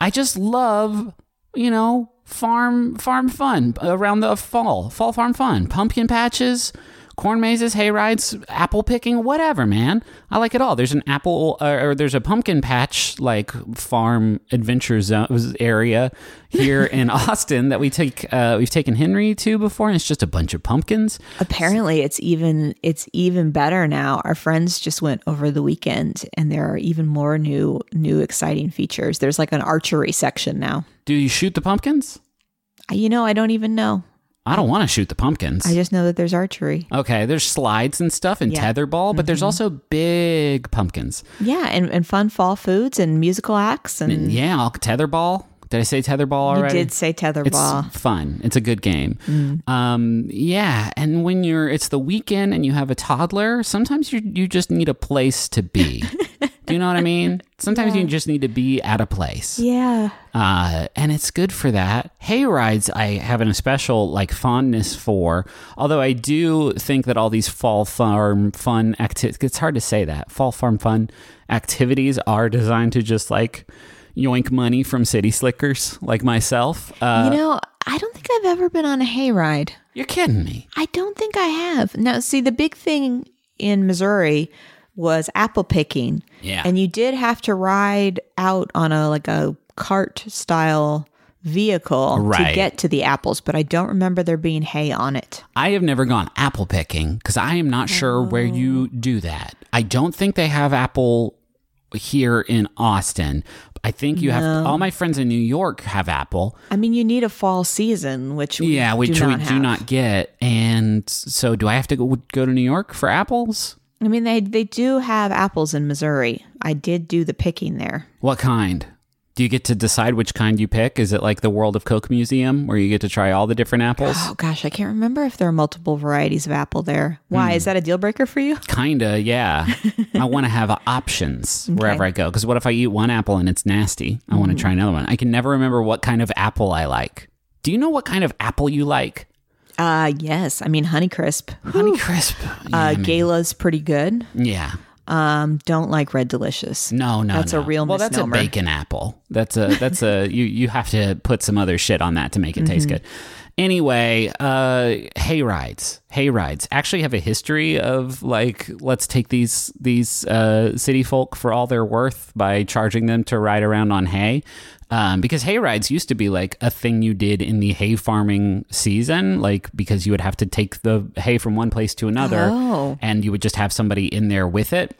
[SPEAKER 2] I just love, you know, farm farm fun around the fall, fall farm fun, pumpkin patches. Corn mazes, hay rides, apple picking, whatever, man. I like it all. There's an apple, uh, or, or there's a pumpkin patch like farm adventure zone area here in Austin that we take. Uh, we've taken Henry to before, and it's just a bunch of pumpkins.
[SPEAKER 1] Apparently, it's even it's even better now. Our friends just went over the weekend, and there are even more new new exciting features. There's like an archery section now.
[SPEAKER 2] Do you shoot the pumpkins?
[SPEAKER 1] You know, I don't even know.
[SPEAKER 2] I don't want to shoot the pumpkins.
[SPEAKER 1] I just know that there's archery.
[SPEAKER 2] okay, there's slides and stuff and
[SPEAKER 1] Yeah. Mm-hmm.
[SPEAKER 2] tetherball, but there's also big pumpkins.
[SPEAKER 1] Yeah, and, and fun fall foods and musical acts and,
[SPEAKER 2] And yeah, I'll- tetherball. Did I say tetherball
[SPEAKER 1] you
[SPEAKER 2] already?
[SPEAKER 1] did say
[SPEAKER 2] It's
[SPEAKER 1] tetherball. Mm.
[SPEAKER 2] fun. It's a good game. Um, yeah, and when you're, it's the weekend and you have a toddler. Sometimes you you just need a place to be. Do you know what I mean? Sometimes you just need to be at a place.
[SPEAKER 1] yeah.
[SPEAKER 2] Uh, and it's good for that. Hay rides, I have an special like fondness for. Although I do think that all these fall farm fun activities, it's hard to say that fall farm fun activities are designed to just like yoink money from city slickers like myself. Uh,
[SPEAKER 1] you know, I don't think I've ever been on a hayride.
[SPEAKER 2] you're kidding me.
[SPEAKER 1] I don't think I have. Now, see, the big thing in Missouri was apple picking.
[SPEAKER 2] Yeah.
[SPEAKER 1] And you did have to ride out on a like a cart style vehicle
[SPEAKER 2] Right.
[SPEAKER 1] to get to the apples, but I don't remember there being hay on it.
[SPEAKER 2] I have never gone apple picking because I am not sure where
[SPEAKER 1] Oh.
[SPEAKER 2] you do that. I don't think they have apple here in Austin. I think you have all my friends in New York have apple.
[SPEAKER 1] I mean, you need a fall season, which we
[SPEAKER 2] yeah, which
[SPEAKER 1] do
[SPEAKER 2] we
[SPEAKER 1] not
[SPEAKER 2] do
[SPEAKER 1] have.
[SPEAKER 2] not get. And so, do I have to go, go to New York for apples?
[SPEAKER 1] I mean, they they do have apples in Missouri. I did do the picking there.
[SPEAKER 2] What kind? Do you get to decide which kind you pick? Is it like the World of Coke Museum where you get to try all the different apples?
[SPEAKER 1] Oh gosh, I can't remember if there are multiple varieties of apple there.
[SPEAKER 2] Hmm.
[SPEAKER 1] Why is that a deal breaker for you?
[SPEAKER 2] Kinda, yeah. I want to have options wherever I go. Because what if I eat one apple and it's nasty? I
[SPEAKER 1] Mm.
[SPEAKER 2] want to try another one. I can never remember what kind of apple I like. Do you know what kind of apple you like?
[SPEAKER 1] Uh yes, I mean Honeycrisp.
[SPEAKER 2] Honeycrisp. Yeah,
[SPEAKER 1] Uh,
[SPEAKER 2] I mean-
[SPEAKER 1] Gala's pretty good.
[SPEAKER 2] yeah.
[SPEAKER 1] Um, don't like Red Delicious.
[SPEAKER 2] No, no,
[SPEAKER 1] That's a
[SPEAKER 2] no.
[SPEAKER 1] real
[SPEAKER 2] well.
[SPEAKER 1] misnomer.
[SPEAKER 2] That's a bacon apple. That's a that's a you you have to put some other shit on that to make it
[SPEAKER 1] Mm-hmm.
[SPEAKER 2] taste good. Anyway, uh, hay rides, hay rides actually have a history of like let's take these these uh, city folk for all their worth by charging them to ride around on hay. Um, because hay rides used to be like a thing you did in the hay farming season, like because you would have to take the hay from one place to another,
[SPEAKER 1] Oh.
[SPEAKER 2] and you would just have somebody in there with it.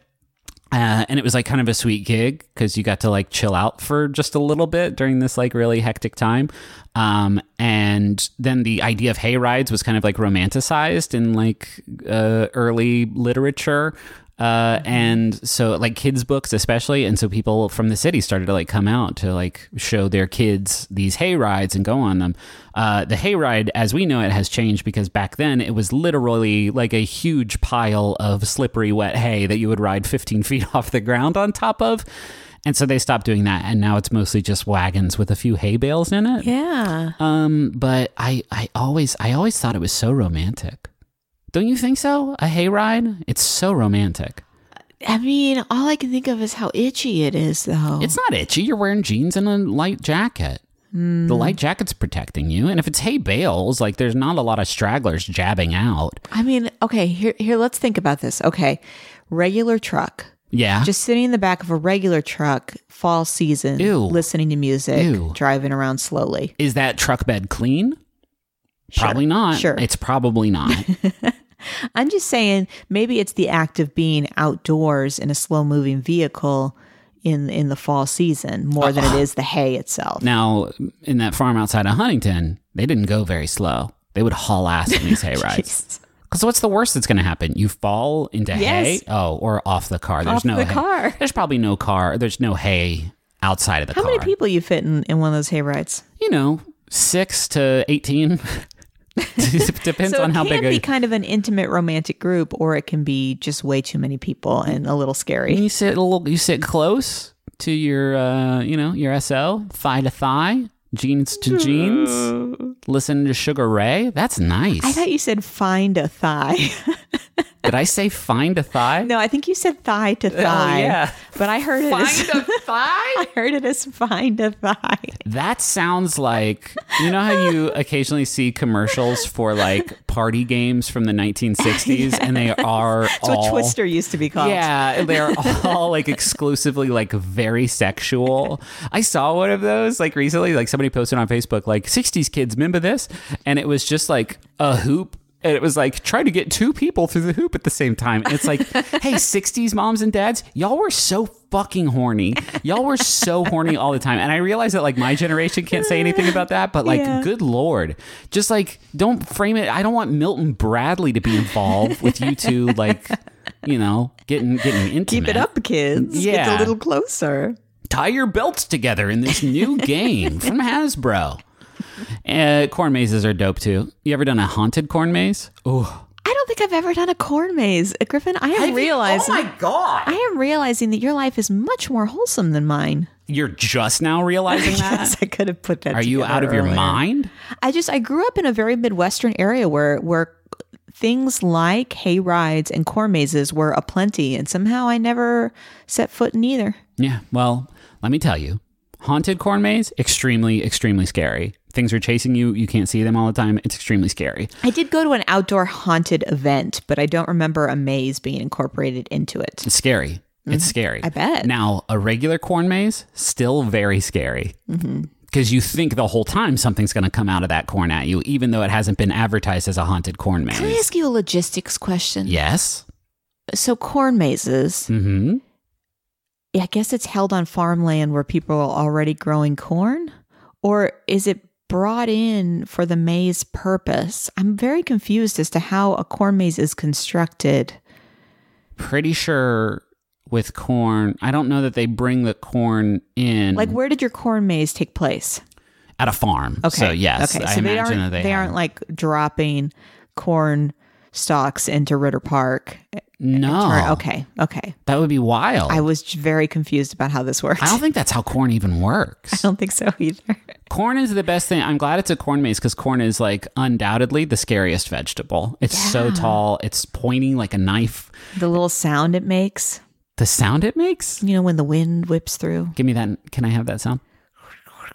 [SPEAKER 2] Uh, and it was like kind of a sweet gig because you got to like chill out for just a little bit during this like really hectic time. Um, and then the idea of hay rides was kind of like romanticized in like uh, early literature. Uh, and so like kids books especially and so people from the city started to like come out to like show their kids these hay rides and go on them uh, the hay ride as we know it has changed because back then it was literally like a huge pile of slippery wet hay that you would ride 15 feet off the ground on top of and so they stopped doing that and now it's mostly just wagons with a few hay bales in it
[SPEAKER 1] Yeah.
[SPEAKER 2] um but i i always i always thought it was so romantic don't you think so a hay ride it's so romantic
[SPEAKER 1] I mean, all I can think of is how itchy it is, though.
[SPEAKER 2] It's not itchy. You're wearing jeans and a light jacket.
[SPEAKER 1] Hmm.
[SPEAKER 2] The light jacket's protecting you. And if it's hay bales, like there's not a lot of stragglers jabbing out.
[SPEAKER 1] I mean, okay, here, here, let's think about this. Okay, regular truck,
[SPEAKER 2] Yeah.
[SPEAKER 1] Just sitting in the back of a regular truck, fall season,
[SPEAKER 2] Ew.
[SPEAKER 1] listening to music,
[SPEAKER 2] Ew.
[SPEAKER 1] driving around slowly.
[SPEAKER 2] is that truck bed clean? Probably not.
[SPEAKER 1] Sure.
[SPEAKER 2] It's probably not.
[SPEAKER 1] I'm just saying, maybe it's the act of being outdoors in a slow moving vehicle in in the fall season more than it is the hay itself.
[SPEAKER 2] Uh-huh. now, in that farm outside of Huntington, they didn't go very slow. They would haul ass in these hay rides.
[SPEAKER 1] Jeez.
[SPEAKER 2] Because what's the worst that's going to happen? You fall into
[SPEAKER 1] Yes.
[SPEAKER 2] hay? Oh, or off the car. There's
[SPEAKER 1] Off
[SPEAKER 2] no
[SPEAKER 1] the
[SPEAKER 2] hay.
[SPEAKER 1] car.
[SPEAKER 2] There's probably no car. There's no hay outside of the
[SPEAKER 1] How
[SPEAKER 2] car.
[SPEAKER 1] many people you fit in, in one of those hay rides?
[SPEAKER 2] You know, six to 18. Depends
[SPEAKER 1] so
[SPEAKER 2] on
[SPEAKER 1] it
[SPEAKER 2] how
[SPEAKER 1] can
[SPEAKER 2] big a.
[SPEAKER 1] be kind of an intimate romantic group, or it can be just way too many people and a little
[SPEAKER 2] And
[SPEAKER 1] scary.
[SPEAKER 2] you sit a little, you sit close to your, uh, you know, your SO, thigh to thigh, jeans
[SPEAKER 1] Mm.
[SPEAKER 2] to jeans. Listen to Sugar Ray. That's nice.
[SPEAKER 1] I thought you said find a thigh.
[SPEAKER 2] Did I say find a thigh?
[SPEAKER 1] no, I think you said thigh to thigh.
[SPEAKER 2] Oh, yeah.
[SPEAKER 1] but I heard it as
[SPEAKER 2] Find a thigh?
[SPEAKER 1] I heard it as find a thigh.
[SPEAKER 2] That sounds like you know how you occasionally see commercials for like party games from the 1960s, and they are
[SPEAKER 1] That's
[SPEAKER 2] all
[SPEAKER 1] what Twister used to be called.
[SPEAKER 2] Yeah, they're all like exclusively like very sexual. I saw one of those like recently, like somebody posted on Facebook, like 60s kids, remember this? And it was just like a hoop. And it was like, try to get two people through the hoop at the same time. And it's like, hey, 60s moms and dads, y'all were so fucking horny. Y'all were so horny all the time. And I realize that like my generation can't say anything about that, but like,
[SPEAKER 1] Yeah.
[SPEAKER 2] good lord. Just like, don't frame it. I don't want Milton Bradley to be involved with you two, like, you know, getting getting intimate.
[SPEAKER 1] Keep it up, kids. Get a
[SPEAKER 2] Yeah.
[SPEAKER 1] little closer.
[SPEAKER 2] Tie your belts together in this new game from Hasbro. Uh, corn mazes are dope too. You ever done a haunted corn maze? Oh,
[SPEAKER 1] I don't think I've ever done a corn maze. Uh, Griffin, I am realizing
[SPEAKER 2] Oh god!
[SPEAKER 1] I am realizing that your life is much more wholesome than mine.
[SPEAKER 2] You're just now realizing that.
[SPEAKER 1] Yes, I could have put that.
[SPEAKER 2] Are you
[SPEAKER 1] together
[SPEAKER 2] out of your
[SPEAKER 1] earlier.
[SPEAKER 2] mind?
[SPEAKER 1] I just I grew up in a very midwestern area where where things like hay rides and corn mazes were aplenty, and somehow I never set foot in either.
[SPEAKER 2] Yeah. Well, let me tell you, haunted corn maze extremely extremely scary. Things are chasing you. You can't see them all the time. It's extremely scary.
[SPEAKER 1] I did go to an outdoor haunted event, but I don't remember a maze being incorporated into it.
[SPEAKER 2] It's scary. It's scary.
[SPEAKER 1] Mm-hmm. I bet.
[SPEAKER 2] Now, a regular corn maze, still very scary.
[SPEAKER 1] Mm-hmm.
[SPEAKER 2] Because you think the whole time something's going to come out of that corn at you, even though it hasn't been advertised as a haunted corn maze.
[SPEAKER 1] Can I ask you a logistics question?
[SPEAKER 2] Yes.
[SPEAKER 1] So corn mazes,
[SPEAKER 2] hmm
[SPEAKER 1] I guess it's held on farmland where people are already growing corn, or is it brought in for the maze purpose? I'm very confused as to how a corn maze is constructed.
[SPEAKER 2] Pretty sure with corn, I don't know that they bring the corn in
[SPEAKER 1] Like, where did your corn maze take place?
[SPEAKER 2] at a farm.
[SPEAKER 1] Okay.
[SPEAKER 2] So, yes.
[SPEAKER 1] Okay.
[SPEAKER 2] I
[SPEAKER 1] so they
[SPEAKER 2] imagine
[SPEAKER 1] aren't
[SPEAKER 2] that they,
[SPEAKER 1] they
[SPEAKER 2] have-
[SPEAKER 1] aren't like dropping corn stalks into Ritter Park.
[SPEAKER 2] No.
[SPEAKER 1] Or- Okay. Okay.
[SPEAKER 2] That would be wild.
[SPEAKER 1] I
[SPEAKER 2] I,
[SPEAKER 1] was very confused about how this works.
[SPEAKER 2] Oh. don't think that's how corn even works.
[SPEAKER 1] I don't think so either.
[SPEAKER 2] Corn is the best thing. I'm glad it's a corn maze because corn is like undoubtedly the scariest vegetable. It's so tall. It's pointing like a knife.
[SPEAKER 1] The little sound it makes,
[SPEAKER 2] The sound it makes.
[SPEAKER 1] you know, when the wind whips through.
[SPEAKER 2] Give me that. Can I have that sound? Corn,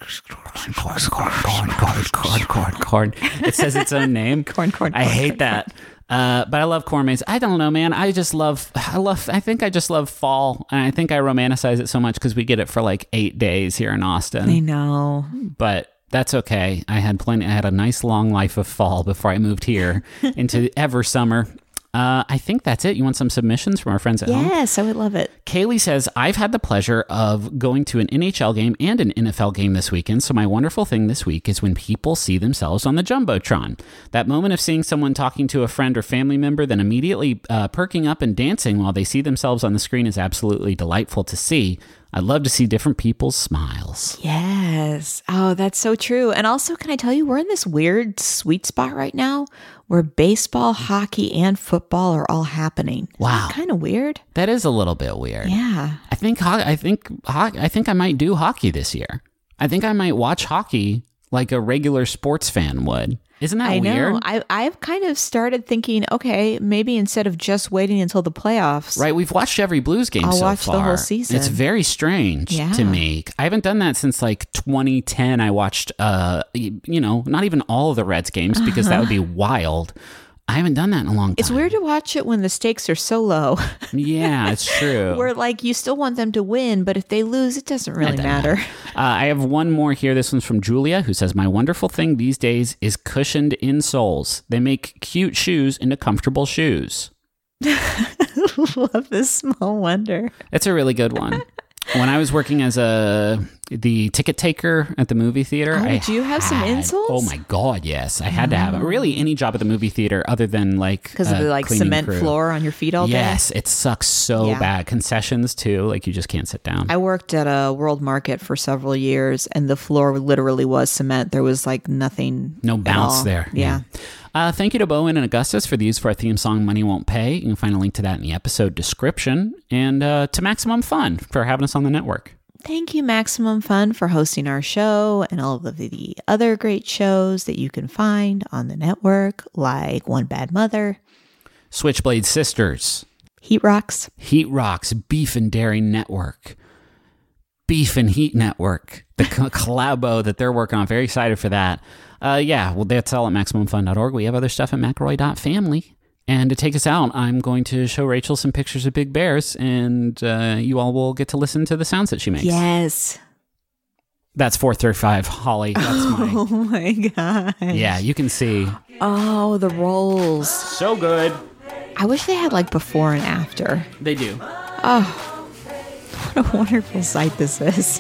[SPEAKER 2] corn, corn, corn, corn, corn, corn, corn. It says its own name.
[SPEAKER 1] Corn, corn,
[SPEAKER 2] I
[SPEAKER 1] corn,
[SPEAKER 2] hate that. Uh, but I love corn maze. I don't know, man. I just love. I love. I think I just love fall, and I think I romanticize it so much because we get it for like eight days here in Austin.
[SPEAKER 1] I know.
[SPEAKER 2] but that's okay. I had plenty. I had a nice long life of fall before I moved here into ever summer. Uh, I think that's it. You want some submissions from our friends at home?
[SPEAKER 1] Yes, I would love it.
[SPEAKER 2] Kaylee says, I've had the pleasure of going to an NHL game and an NFL game this weekend, so my wonderful thing this week is when people see themselves on the Jumbotron. That moment of seeing someone talking to a friend or family member, then immediately uh, perking up and dancing while they see themselves on the screen is absolutely delightful to see. I love to see different people's smiles.
[SPEAKER 1] Yes. Oh, that's so true. And also, can I tell you, we're in this weird sweet spot right now where baseball, hockey, and football are all happening.
[SPEAKER 2] Wow.
[SPEAKER 1] Kind of weird.
[SPEAKER 2] That is a little bit weird.
[SPEAKER 1] Yeah.
[SPEAKER 2] I think ho- I think ho- I think I might do hockey this year. I think I might watch hockey like a regular sports fan would. Isn't that
[SPEAKER 1] I
[SPEAKER 2] weird?
[SPEAKER 1] know. I, I've kind of started thinking, okay, maybe instead of just waiting until the playoffs,
[SPEAKER 2] Right, we've watched every Blues game
[SPEAKER 1] I'll
[SPEAKER 2] so
[SPEAKER 1] watch the
[SPEAKER 2] far.
[SPEAKER 1] whole season.
[SPEAKER 2] It's very strange to
[SPEAKER 1] Yeah.
[SPEAKER 2] me. I haven't done that since like 2010. I watched, uh, y- you know, not even all of the Reds games because that would be wild. I haven't done that in a long time.
[SPEAKER 1] Uh-huh. It's weird to watch it when the stakes are so low.
[SPEAKER 2] Yeah, it's true.
[SPEAKER 1] Where like you still want them to win, but if they lose, it doesn't really
[SPEAKER 2] doesn't
[SPEAKER 1] matter.
[SPEAKER 2] Uh, I have one more here. This one's from Julia, who says, My wonderful thing these days is cushioned insoles. They make cute shoes into comfortable shoes.
[SPEAKER 1] Love this small wonder.
[SPEAKER 2] That's a really good one. when I was working as a the ticket taker at the movie theater,
[SPEAKER 1] Oh,
[SPEAKER 2] I
[SPEAKER 1] do you have some
[SPEAKER 2] had-
[SPEAKER 1] insoles?
[SPEAKER 2] Oh my god, yes, I had to have it. Really, any job at the movie theater other than like
[SPEAKER 1] Because of
[SPEAKER 2] a
[SPEAKER 1] the like
[SPEAKER 2] cleaning
[SPEAKER 1] cement
[SPEAKER 2] crew.
[SPEAKER 1] floor on your feet all day.
[SPEAKER 2] Yes, it sucks so
[SPEAKER 1] Yeah.
[SPEAKER 2] bad. Concessions too, like you just can't sit down.
[SPEAKER 1] I worked at a world market for several years, and the floor literally was cement. There was like nothing.
[SPEAKER 2] No
[SPEAKER 1] at
[SPEAKER 2] bounce
[SPEAKER 1] all.
[SPEAKER 2] there.
[SPEAKER 1] Yeah.
[SPEAKER 2] Uh, thank you to Bowen and Augustus for the use for our theme song Money Won't Pay. You can find a link to that in the episode description. And uh, to Maximum Fun for having us on the network.
[SPEAKER 1] Thank you, Maximum Fun, for hosting our show and all of the other great shows that you can find on the network, like One Bad Mother,
[SPEAKER 2] Switchblade Sisters,
[SPEAKER 1] Heat Rocks,
[SPEAKER 2] Heat Rocks, Beef and Dairy Network, Beef and Heat Network, the co- collabo that they're working on. Very excited for that. Uh, yeah, well, that's all at MaximumFun.org. We have other stuff at McElroy.family. And to take us out, I'm going to show Rachel some pictures of big bears, and uh, you all will get to listen to the sounds that she makes.
[SPEAKER 1] Yes.
[SPEAKER 2] That's 435 Holly. That's my.
[SPEAKER 1] Oh my god.
[SPEAKER 2] Yeah, you can see.
[SPEAKER 1] Oh, the rolls.
[SPEAKER 2] So good.
[SPEAKER 1] I wish they had like before and after. Oh,
[SPEAKER 2] They do.
[SPEAKER 1] What a wonderful sight this is.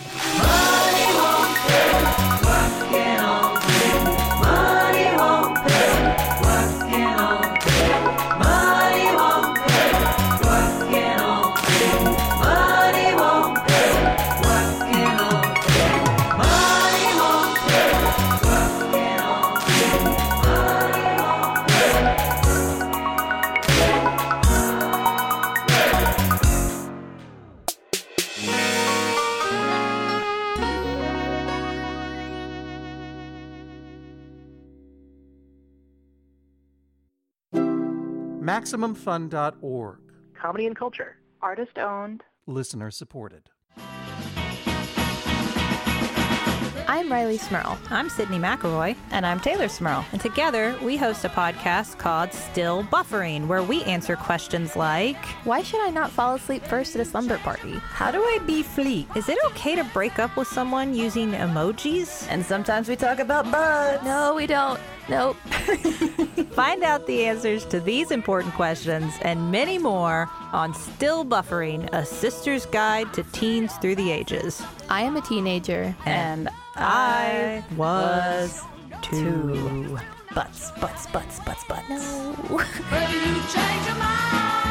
[SPEAKER 10] MaximumFun.org.
[SPEAKER 7] Comedy and culture. Artist owned.
[SPEAKER 10] Listener supported.
[SPEAKER 7] I'm Riley Smurl. I'm Sydney McElroy. And I'm Taylor Smurl. And together, we host a podcast called Still Buffering, where we answer questions like Why should I not fall asleep first at a slumber party? How do I be fleet? Is it okay to break up with someone using emojis? And sometimes we talk about bugs. No, we don't. Nope. Find out the answers to these important questions and many more on Still Buffering, a sister's guide to teens through the ages.
[SPEAKER 10] I am a teenager.
[SPEAKER 7] And I was two. Butts, butts, butts, butts, butts.
[SPEAKER 10] But you change your mind.